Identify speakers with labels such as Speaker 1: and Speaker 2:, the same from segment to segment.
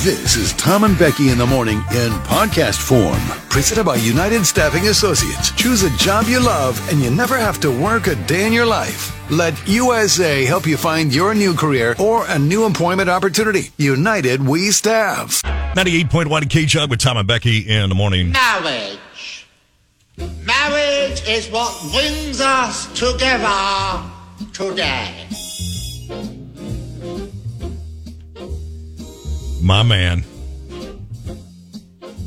Speaker 1: This is Tom and Becky in the morning in podcast form, presented by United Staffing Associates. Choose a job you love and you never have to work a day in your life. Let USA help you find your new career or a new employment opportunity. United We Staff.
Speaker 2: 98.1 K Chug with Tom and Becky in the morning.
Speaker 3: Marriage. Marriage is what brings us together today.
Speaker 2: My man,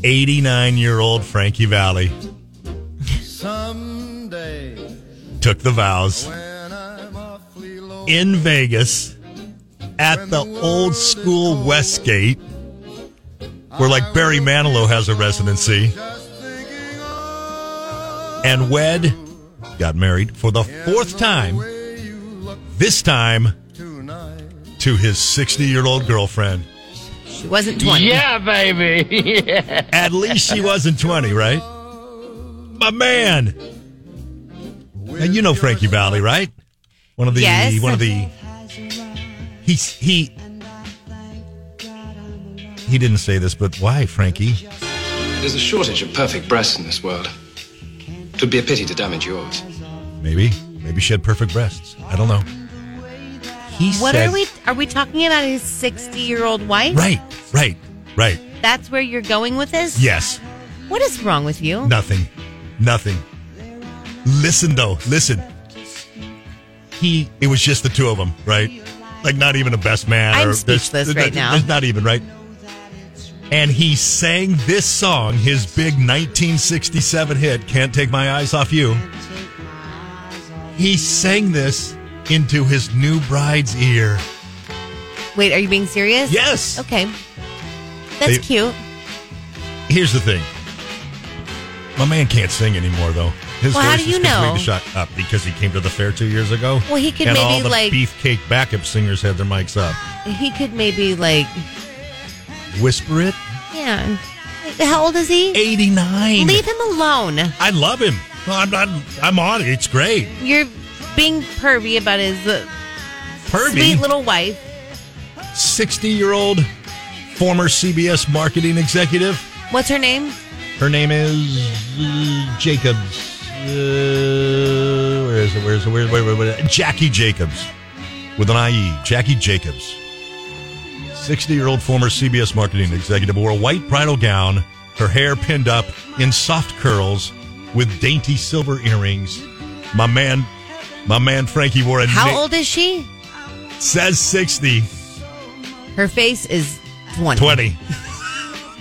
Speaker 2: 89 year old Frankie Valley
Speaker 4: Someday
Speaker 2: took the vows
Speaker 4: when I'm awfully low,
Speaker 2: in Vegas at the old school Westgate, where like Barry Manilow has a residency,
Speaker 4: just thinking of
Speaker 2: and wed, got married for the fourth time, this time
Speaker 4: tonight.
Speaker 2: to his 60 year old girlfriend.
Speaker 5: She wasn't 20.
Speaker 2: At least she wasn't 20, right? My man. And you know Frankie Valley, right? One of the
Speaker 5: Yes.
Speaker 2: one of the He's he He didn't say this, but why, Frankie?
Speaker 6: There's a shortage of perfect breasts in this world. It would be a pity to damage yours.
Speaker 2: Maybe maybe she had perfect breasts. I don't know. He
Speaker 5: What
Speaker 2: said
Speaker 5: are we? Are we talking about his 60 year old wife?
Speaker 2: Right, right, right.
Speaker 5: That's where you're going with this?
Speaker 2: Yes.
Speaker 5: What is wrong with you?
Speaker 2: Nothing. Nothing. Listen though, listen. He it was just the two of them, right? Like not even a best man.
Speaker 5: I'm
Speaker 2: or there's-
Speaker 5: speechless
Speaker 2: there's-
Speaker 5: right now.
Speaker 2: There's not even right. And he sang this song, his big 1967 hit, "Can't Take My Eyes Off You." He sang this into his new bride's ear.
Speaker 5: Wait, are you being serious?
Speaker 2: Yes.
Speaker 5: Okay. That's
Speaker 2: They-
Speaker 5: cute.
Speaker 2: Here's the thing. My man can't sing anymore, though. His
Speaker 5: Well,
Speaker 2: voice
Speaker 5: how do
Speaker 2: is
Speaker 5: you know?
Speaker 2: completely shot up because he came to the fair two years ago.
Speaker 5: Well, he could
Speaker 2: and all
Speaker 5: maybe,
Speaker 2: the
Speaker 5: like-
Speaker 2: beefcake backup singers had their mics up.
Speaker 5: He could maybe like,
Speaker 2: Whisper it.
Speaker 5: yeah. How old is he?
Speaker 2: Eighty nine.
Speaker 5: Leave him alone.
Speaker 2: I love him. Well, I'm not. I'm on it. It's great.
Speaker 5: You're being pervy about his uh,
Speaker 2: Pervy,
Speaker 5: sweet little wife.
Speaker 2: sixty year old former CBS marketing executive.
Speaker 5: What's her name?
Speaker 2: Her name is uh, Jacobs. Uh, where is it? Where is it? Where, where, where, where- Jackie Jacobs with an IE. Jackie Jacobs. 60 year old former CBS marketing executive wore a white bridal gown, her hair pinned up in soft curls with dainty silver earrings. My man, my man Frankie wore a
Speaker 5: How
Speaker 2: na-
Speaker 5: old is she?
Speaker 2: says 60,
Speaker 5: Her face is 20.
Speaker 2: 20.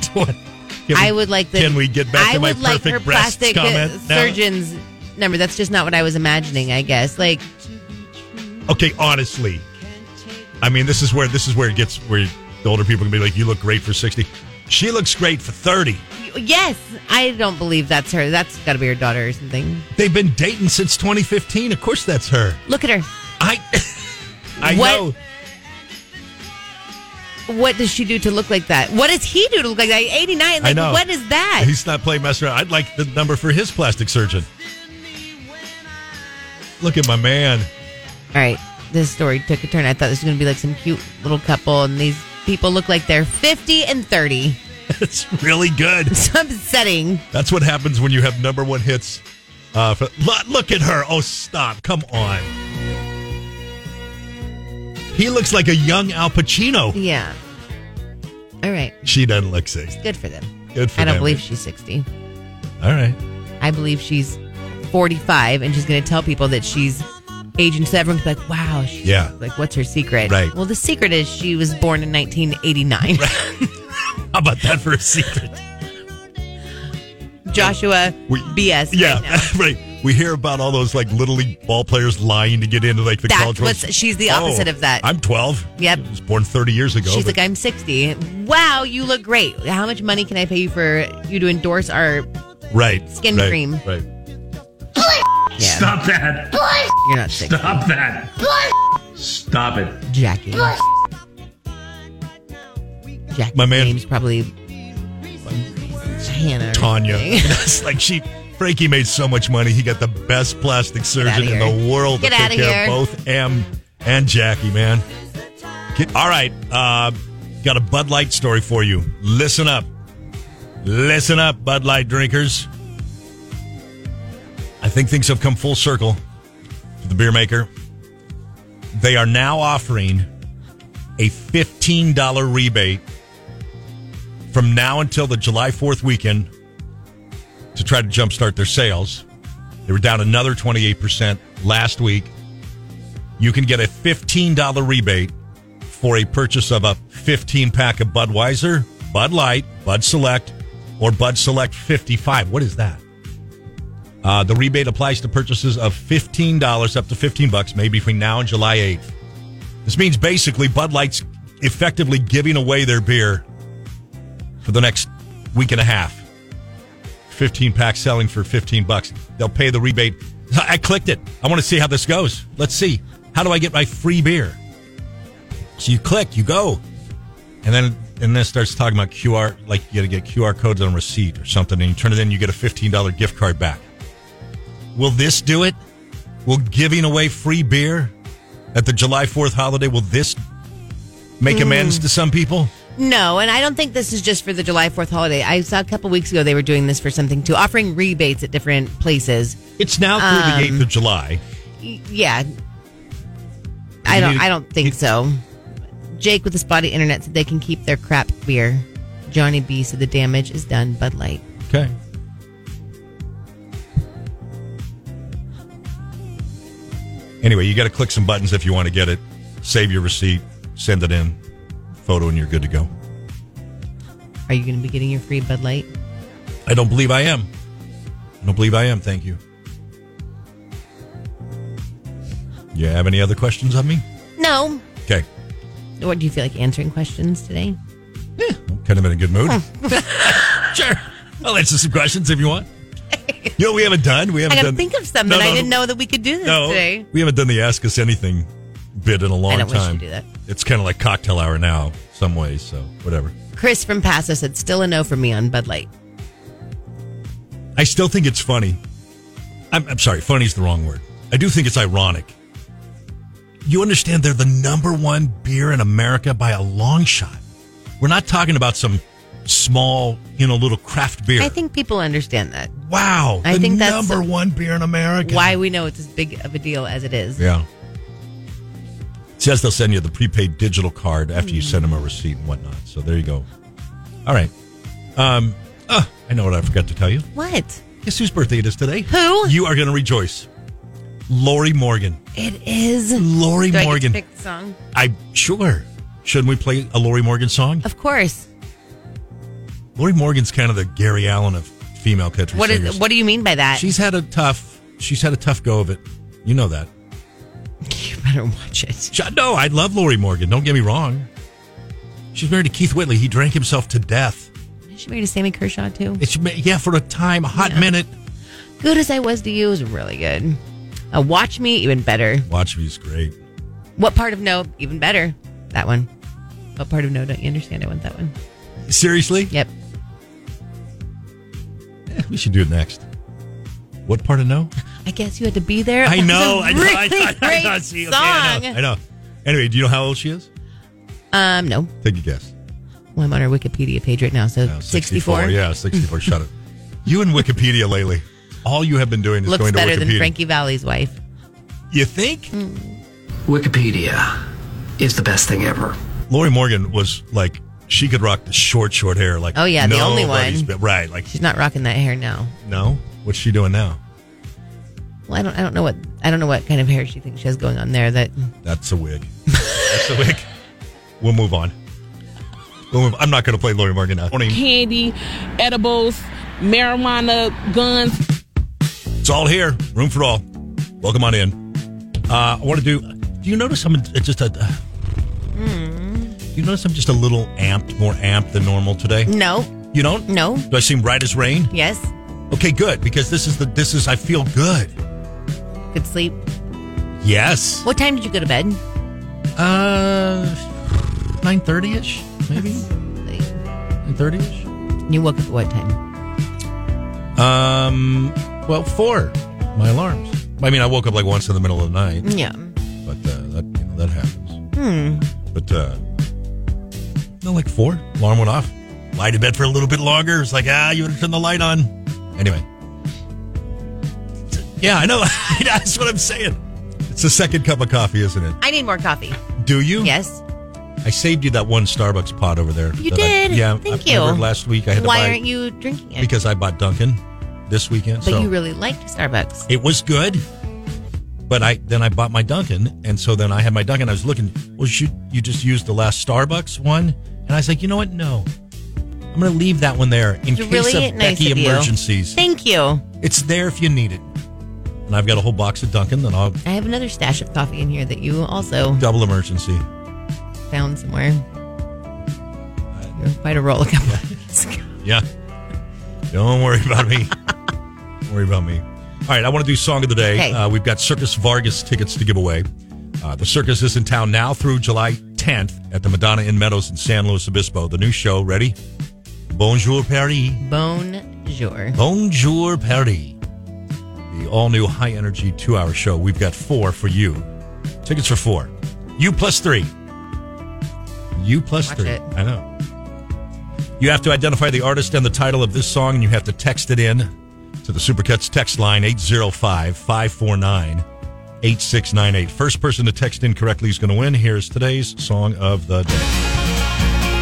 Speaker 2: 20. Can we-
Speaker 5: I would like the.
Speaker 2: Can we get back
Speaker 5: I
Speaker 2: to my
Speaker 5: would like
Speaker 2: perfect
Speaker 5: her
Speaker 2: breasts
Speaker 5: plastic uh,
Speaker 2: comment? now?
Speaker 5: surgeon's number. That's just not what I was imagining. I guess like
Speaker 2: okay honestly i mean this is where this is where it gets where the older people can be like you look great for 60 she looks great for 30
Speaker 5: Yes, I don't believe that's her. That's got to be her daughter or something.
Speaker 2: they've been dating since 2015 of course that's her
Speaker 5: Look at her.
Speaker 2: i i know
Speaker 5: What? What does she do to look like that? What does he do to look like that? 89. Like,
Speaker 2: i know
Speaker 5: What is that?
Speaker 2: he's not playing mess around i'd like the number for his plastic surgeon look at my man
Speaker 5: All right, this story took a turn. I thought this was going to be like some cute little couple, and these people look like they're 50 and 30.
Speaker 2: it's really good
Speaker 5: It's upsetting.
Speaker 2: that's what happens when you have number one hits uh for, look, look at her oh stop come on he looks like a young al pacino
Speaker 5: Yeah. All right,
Speaker 2: She doesn't look 60.
Speaker 5: good for them.
Speaker 2: Good for
Speaker 5: I don't
Speaker 2: them.
Speaker 5: believe she's 60.
Speaker 2: All right.
Speaker 5: I believe she's 45, and she's going to tell people that she's aging. So everyone's like, wow. She's
Speaker 2: Yeah.
Speaker 5: Like, what's her secret?
Speaker 2: Right.
Speaker 5: Well, the secret is she was born in 1989.
Speaker 2: How about that for a secret?
Speaker 5: Joshua
Speaker 2: We-
Speaker 5: BS.
Speaker 2: Yeah,
Speaker 5: right now.
Speaker 2: right. We hear about all those like little league ball players lying to get into like the
Speaker 5: That's
Speaker 2: college.
Speaker 5: what's-
Speaker 2: world-
Speaker 5: she's the opposite of that.
Speaker 2: I'm 12.
Speaker 5: Yep.
Speaker 2: I was born 30 years ago.
Speaker 5: She's
Speaker 2: but-
Speaker 5: like, I'm 60. Wow, you look great. How much money can I pay you for you to endorse our?
Speaker 2: right.
Speaker 5: skin
Speaker 2: right,
Speaker 5: cream.
Speaker 2: Right.
Speaker 5: Yeah,
Speaker 7: Stop that.
Speaker 5: you're not 60,
Speaker 7: Stop that. Stop it.
Speaker 5: Jackie. Jackie.
Speaker 2: My man-
Speaker 5: name's probably Hannah. or
Speaker 2: Tanya.
Speaker 5: something.
Speaker 2: That's like she. Frankie made so much money. He got the best plastic surgeon in
Speaker 5: here.
Speaker 2: the world
Speaker 5: Get
Speaker 2: to
Speaker 5: outta
Speaker 2: take care
Speaker 5: here.
Speaker 2: of both M and Jackie, man. Get- all right. Uh, Got a Bud Light story for you. Listen up. Listen up, Bud Light drinkers. I think things have come full circle for the beer maker. They are now offering a $15 rebate from now until the July 4th weekend to try to jumpstart their sales. They were down another 28% last week. You can get a $15 rebate for a purchase of a 15 pack of Budweiser, Bud Light, Bud Select, or Bud Select 55. What is that? Uh, the rebate applies to purchases of $15 up to 15 bucks made between now and July 8th. This means basically Bud Light's effectively giving away their beer for the next week and a half. 15 pack selling for 15 bucks. They'll pay the rebate. I clicked it. I want to see how this goes. Let's see. How do I get my free beer? So you click, you go, and then and then it starts talking about QR, like you got to get QR codes on a receipt or something, and you turn it in, you get a fifteen dollar gift card back. Will this do it? Will giving away free beer at the July Fourth holiday will this make amends to some people?
Speaker 5: No, and I don't think this is just for the July 4th holiday. I saw a couple weeks ago they were doing this for something too, offering rebates at different places.
Speaker 2: It's now through the eighth of July.
Speaker 5: Y- Yeah. I don't
Speaker 2: need-
Speaker 5: I don't think
Speaker 2: need-
Speaker 5: so. Jake with the spotty internet said they can keep their crap beer. Johnny B said the damage is done, Bud Light.
Speaker 2: Okay. Anyway, you got to click some buttons if you want to get it. Save your receipt, send it in, photo, and you're good to go.
Speaker 5: Are you gonna be getting your free Bud Light?
Speaker 2: I don't believe I am. I don't believe I am. Thank you. You have any other questions of me?
Speaker 5: No.
Speaker 2: Okay.
Speaker 5: What do you feel like answering questions today?
Speaker 2: I'm kind of in a good mood. sure. I'll answer some questions if you want. You know, what we haven't done. We
Speaker 5: I
Speaker 2: haven't
Speaker 5: gotta
Speaker 2: done.
Speaker 5: think of something.
Speaker 2: No, no,
Speaker 5: I didn't know that we could do this
Speaker 2: No,
Speaker 5: today.
Speaker 2: we haven't done the Ask Us Anything bit in a long
Speaker 5: I don't wish
Speaker 2: time.
Speaker 5: you do that.
Speaker 2: It's kind of like cocktail hour now, some ways. So whatever.
Speaker 5: Chris from Paso said still a no for me on Bud Light.
Speaker 2: I still think it's funny. I'm, I'm sorry, funny's the wrong word. I do think it's ironic. You understand they're the number one beer in America by a long shot. We're not talking about some small, you know, little craft beer.
Speaker 5: I think people understand that.
Speaker 2: wow,
Speaker 5: I
Speaker 2: the
Speaker 5: think that's
Speaker 2: number one beer in America.
Speaker 5: Why we know it's as big of a deal as it is.
Speaker 2: Yeah. It says they'll send you the prepaid digital card after you send them a receipt and whatnot. So there you go. All right. Um, uh, I know what I forgot to tell you.
Speaker 5: What?
Speaker 2: Guess whose birthday it is today?
Speaker 5: Who?
Speaker 2: You are going to rejoice. Lori Morgan.
Speaker 5: It is.
Speaker 2: Lori
Speaker 5: Do I get to
Speaker 2: Morgan.
Speaker 5: pick the song?
Speaker 2: I sure. Shouldn't we play a Lori Morgan song?
Speaker 5: Of course.
Speaker 2: Lori Morgan's kind of the Gary Allen of female country
Speaker 5: What
Speaker 2: singers.
Speaker 5: is? What do you mean by that?
Speaker 2: she's had a tough. She's had a tough go of it. You know that.
Speaker 5: you better watch it.
Speaker 2: Sh- No, I love Lori Morgan. Don't get me wrong. She's married to Keith Whitley. He drank himself to death.
Speaker 5: Is she married to Sammy Kershaw too?
Speaker 2: It's yeah for a time, a hot minute.
Speaker 5: Good as I was to you is really good. Uh, watch me even better.
Speaker 2: Watch me's great.
Speaker 5: What part of no even better? That one. What part of no don't you understand? I want that one.
Speaker 2: Seriously,
Speaker 5: Yep.
Speaker 2: Eh, we should do it next. What part of no?
Speaker 5: I guess you had to be there.
Speaker 2: I know.
Speaker 5: That's
Speaker 2: I
Speaker 5: a
Speaker 2: know.
Speaker 5: Really
Speaker 2: I, thought- I,
Speaker 5: great
Speaker 2: thought- see, okay, I
Speaker 5: song.
Speaker 2: know. I know. Anyway, do you know how old she is?
Speaker 5: Um, no.
Speaker 2: Take a guess.
Speaker 5: Well, I'm on our Wikipedia page right now. So
Speaker 2: No,
Speaker 5: 64.
Speaker 2: Yeah, Oh, sixty-four. Shut it. You and Wikipedia lately. All you have been doing is
Speaker 5: Looks
Speaker 2: going to
Speaker 5: better
Speaker 2: Wikipedia.
Speaker 5: than Frankie Mm. Valley's wife.
Speaker 2: You think?
Speaker 8: Wikipedia is the best thing ever.
Speaker 2: Lori Morgan was like she could rock the short, short hair. Like
Speaker 5: Oh, yeah, the only
Speaker 2: nobody's
Speaker 5: one.
Speaker 2: been- right? Like
Speaker 5: She's not rocking that hair now.
Speaker 2: no, what's she doing now?
Speaker 5: Well, I don't. I don't know what. I don't know what kind of hair she thinks she has going on there. That
Speaker 2: That's a wig. That's a wig. We'll move on. We'll move. I'm not going to play Lori Morgan now. Morning.
Speaker 9: candy, edibles, marijuana, guns.
Speaker 2: It's all here. Room for all. Welcome on in. Uh, I want to do. Do you notice I'm it's just a? uh,
Speaker 5: Hmm.
Speaker 2: You notice I'm just a little amped, more amped than normal today.
Speaker 5: no,
Speaker 2: You don't?
Speaker 5: no,
Speaker 2: Do I seem right as rain?
Speaker 5: yes,
Speaker 2: Okay, good. Because this is the this is I feel good.
Speaker 5: good sleep.
Speaker 2: Yes.
Speaker 5: What time did you go to bed?
Speaker 2: Uh, nine thirty ish, maybe nine thirty ish.
Speaker 5: You woke up at what time?
Speaker 2: Um, well, four. My alarms. I mean, I woke up like once in the middle of the night,
Speaker 5: Yeah.
Speaker 2: but uh, that you know, that happens. Hmm. But uh, no, like four. Alarm went off. Lie to bed for a little bit longer. It's like, ah, you would turn the light on. Anyway. Yeah, I know. That's what I'm saying. It's the second cup of coffee, isn't it?
Speaker 5: I need more coffee.
Speaker 2: Do you?
Speaker 5: Yes.
Speaker 2: I saved you that one Starbucks pot over there.
Speaker 5: You
Speaker 2: that I-
Speaker 5: did.
Speaker 2: yeah.
Speaker 5: Thank
Speaker 2: I
Speaker 5: you.
Speaker 2: remembered Last week I had to
Speaker 5: Why
Speaker 2: buy
Speaker 5: aren't you drinking it?
Speaker 2: because I bought Dunkin' this weekend.
Speaker 5: but
Speaker 2: so
Speaker 5: you really liked Starbucks.
Speaker 2: it was good. But I then I bought my Dunkin', and so then I had my Dunkin'. I was looking. Well, should you just use the last Starbucks one? And I was like, you know what? No, I'm going to leave that one there in
Speaker 5: You're
Speaker 2: case
Speaker 5: really
Speaker 2: of
Speaker 5: nice
Speaker 2: Becky
Speaker 5: of you.
Speaker 2: emergencies.
Speaker 5: Thank you.
Speaker 2: It's there if you need it. And I've got a whole box of Dunkin'. Then I'll
Speaker 5: I have another stash of coffee in here that you also
Speaker 2: double emergency.
Speaker 5: found somewhere. You're quite a roll a couple nights ago.
Speaker 2: Yeah. Don't worry about me. Don't worry about me. All right, I want to do song of the day.
Speaker 5: Okay.
Speaker 2: Uh, we've got Circus Vargas tickets to give away. Uh, the circus is in town now through July 10th at the Madonna Inn Meadows in San Luis Obispo. The new show, ready? Bonjour Paris.
Speaker 5: Bonjour.
Speaker 2: Bonjour Paris. The all new high energy two hour show. We've got four for you. Tickets for four. You plus three. You plus
Speaker 5: Watch
Speaker 2: three.
Speaker 5: it.
Speaker 2: I know. You have to identify the artist and the title of this song, and you have to text it in to the Supercuts text line 805 549 8698. First person to text in correctly is going to win. Here's today's song of the day.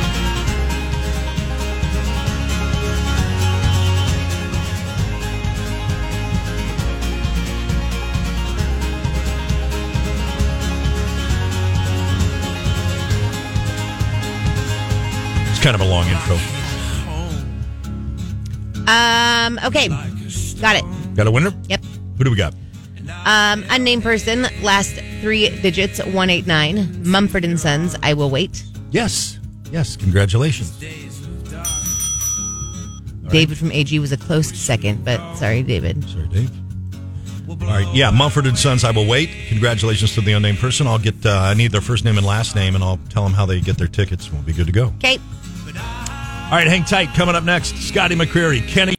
Speaker 2: It's kind of a long intro.
Speaker 5: Um, okay. Got it.
Speaker 2: Got a winner?
Speaker 5: Yep.
Speaker 2: Who do we got?
Speaker 5: Um, unnamed person, last three digits, 189. Mumford and Sons, I Will Wait.
Speaker 2: Yes. Yes. Congratulations.
Speaker 5: David from AG was a close second, but sorry, David.
Speaker 2: Sorry, Dave. All right. Yeah, Mumford and Sons. I will wait. Congratulations to the unnamed person. I'll get. Uh, I need their first name and last name, and I'll tell them how they get their tickets. We'll be good to go.
Speaker 5: Okay.
Speaker 2: All right. Hang tight. Coming up next, Scotty McCreary, Kenny.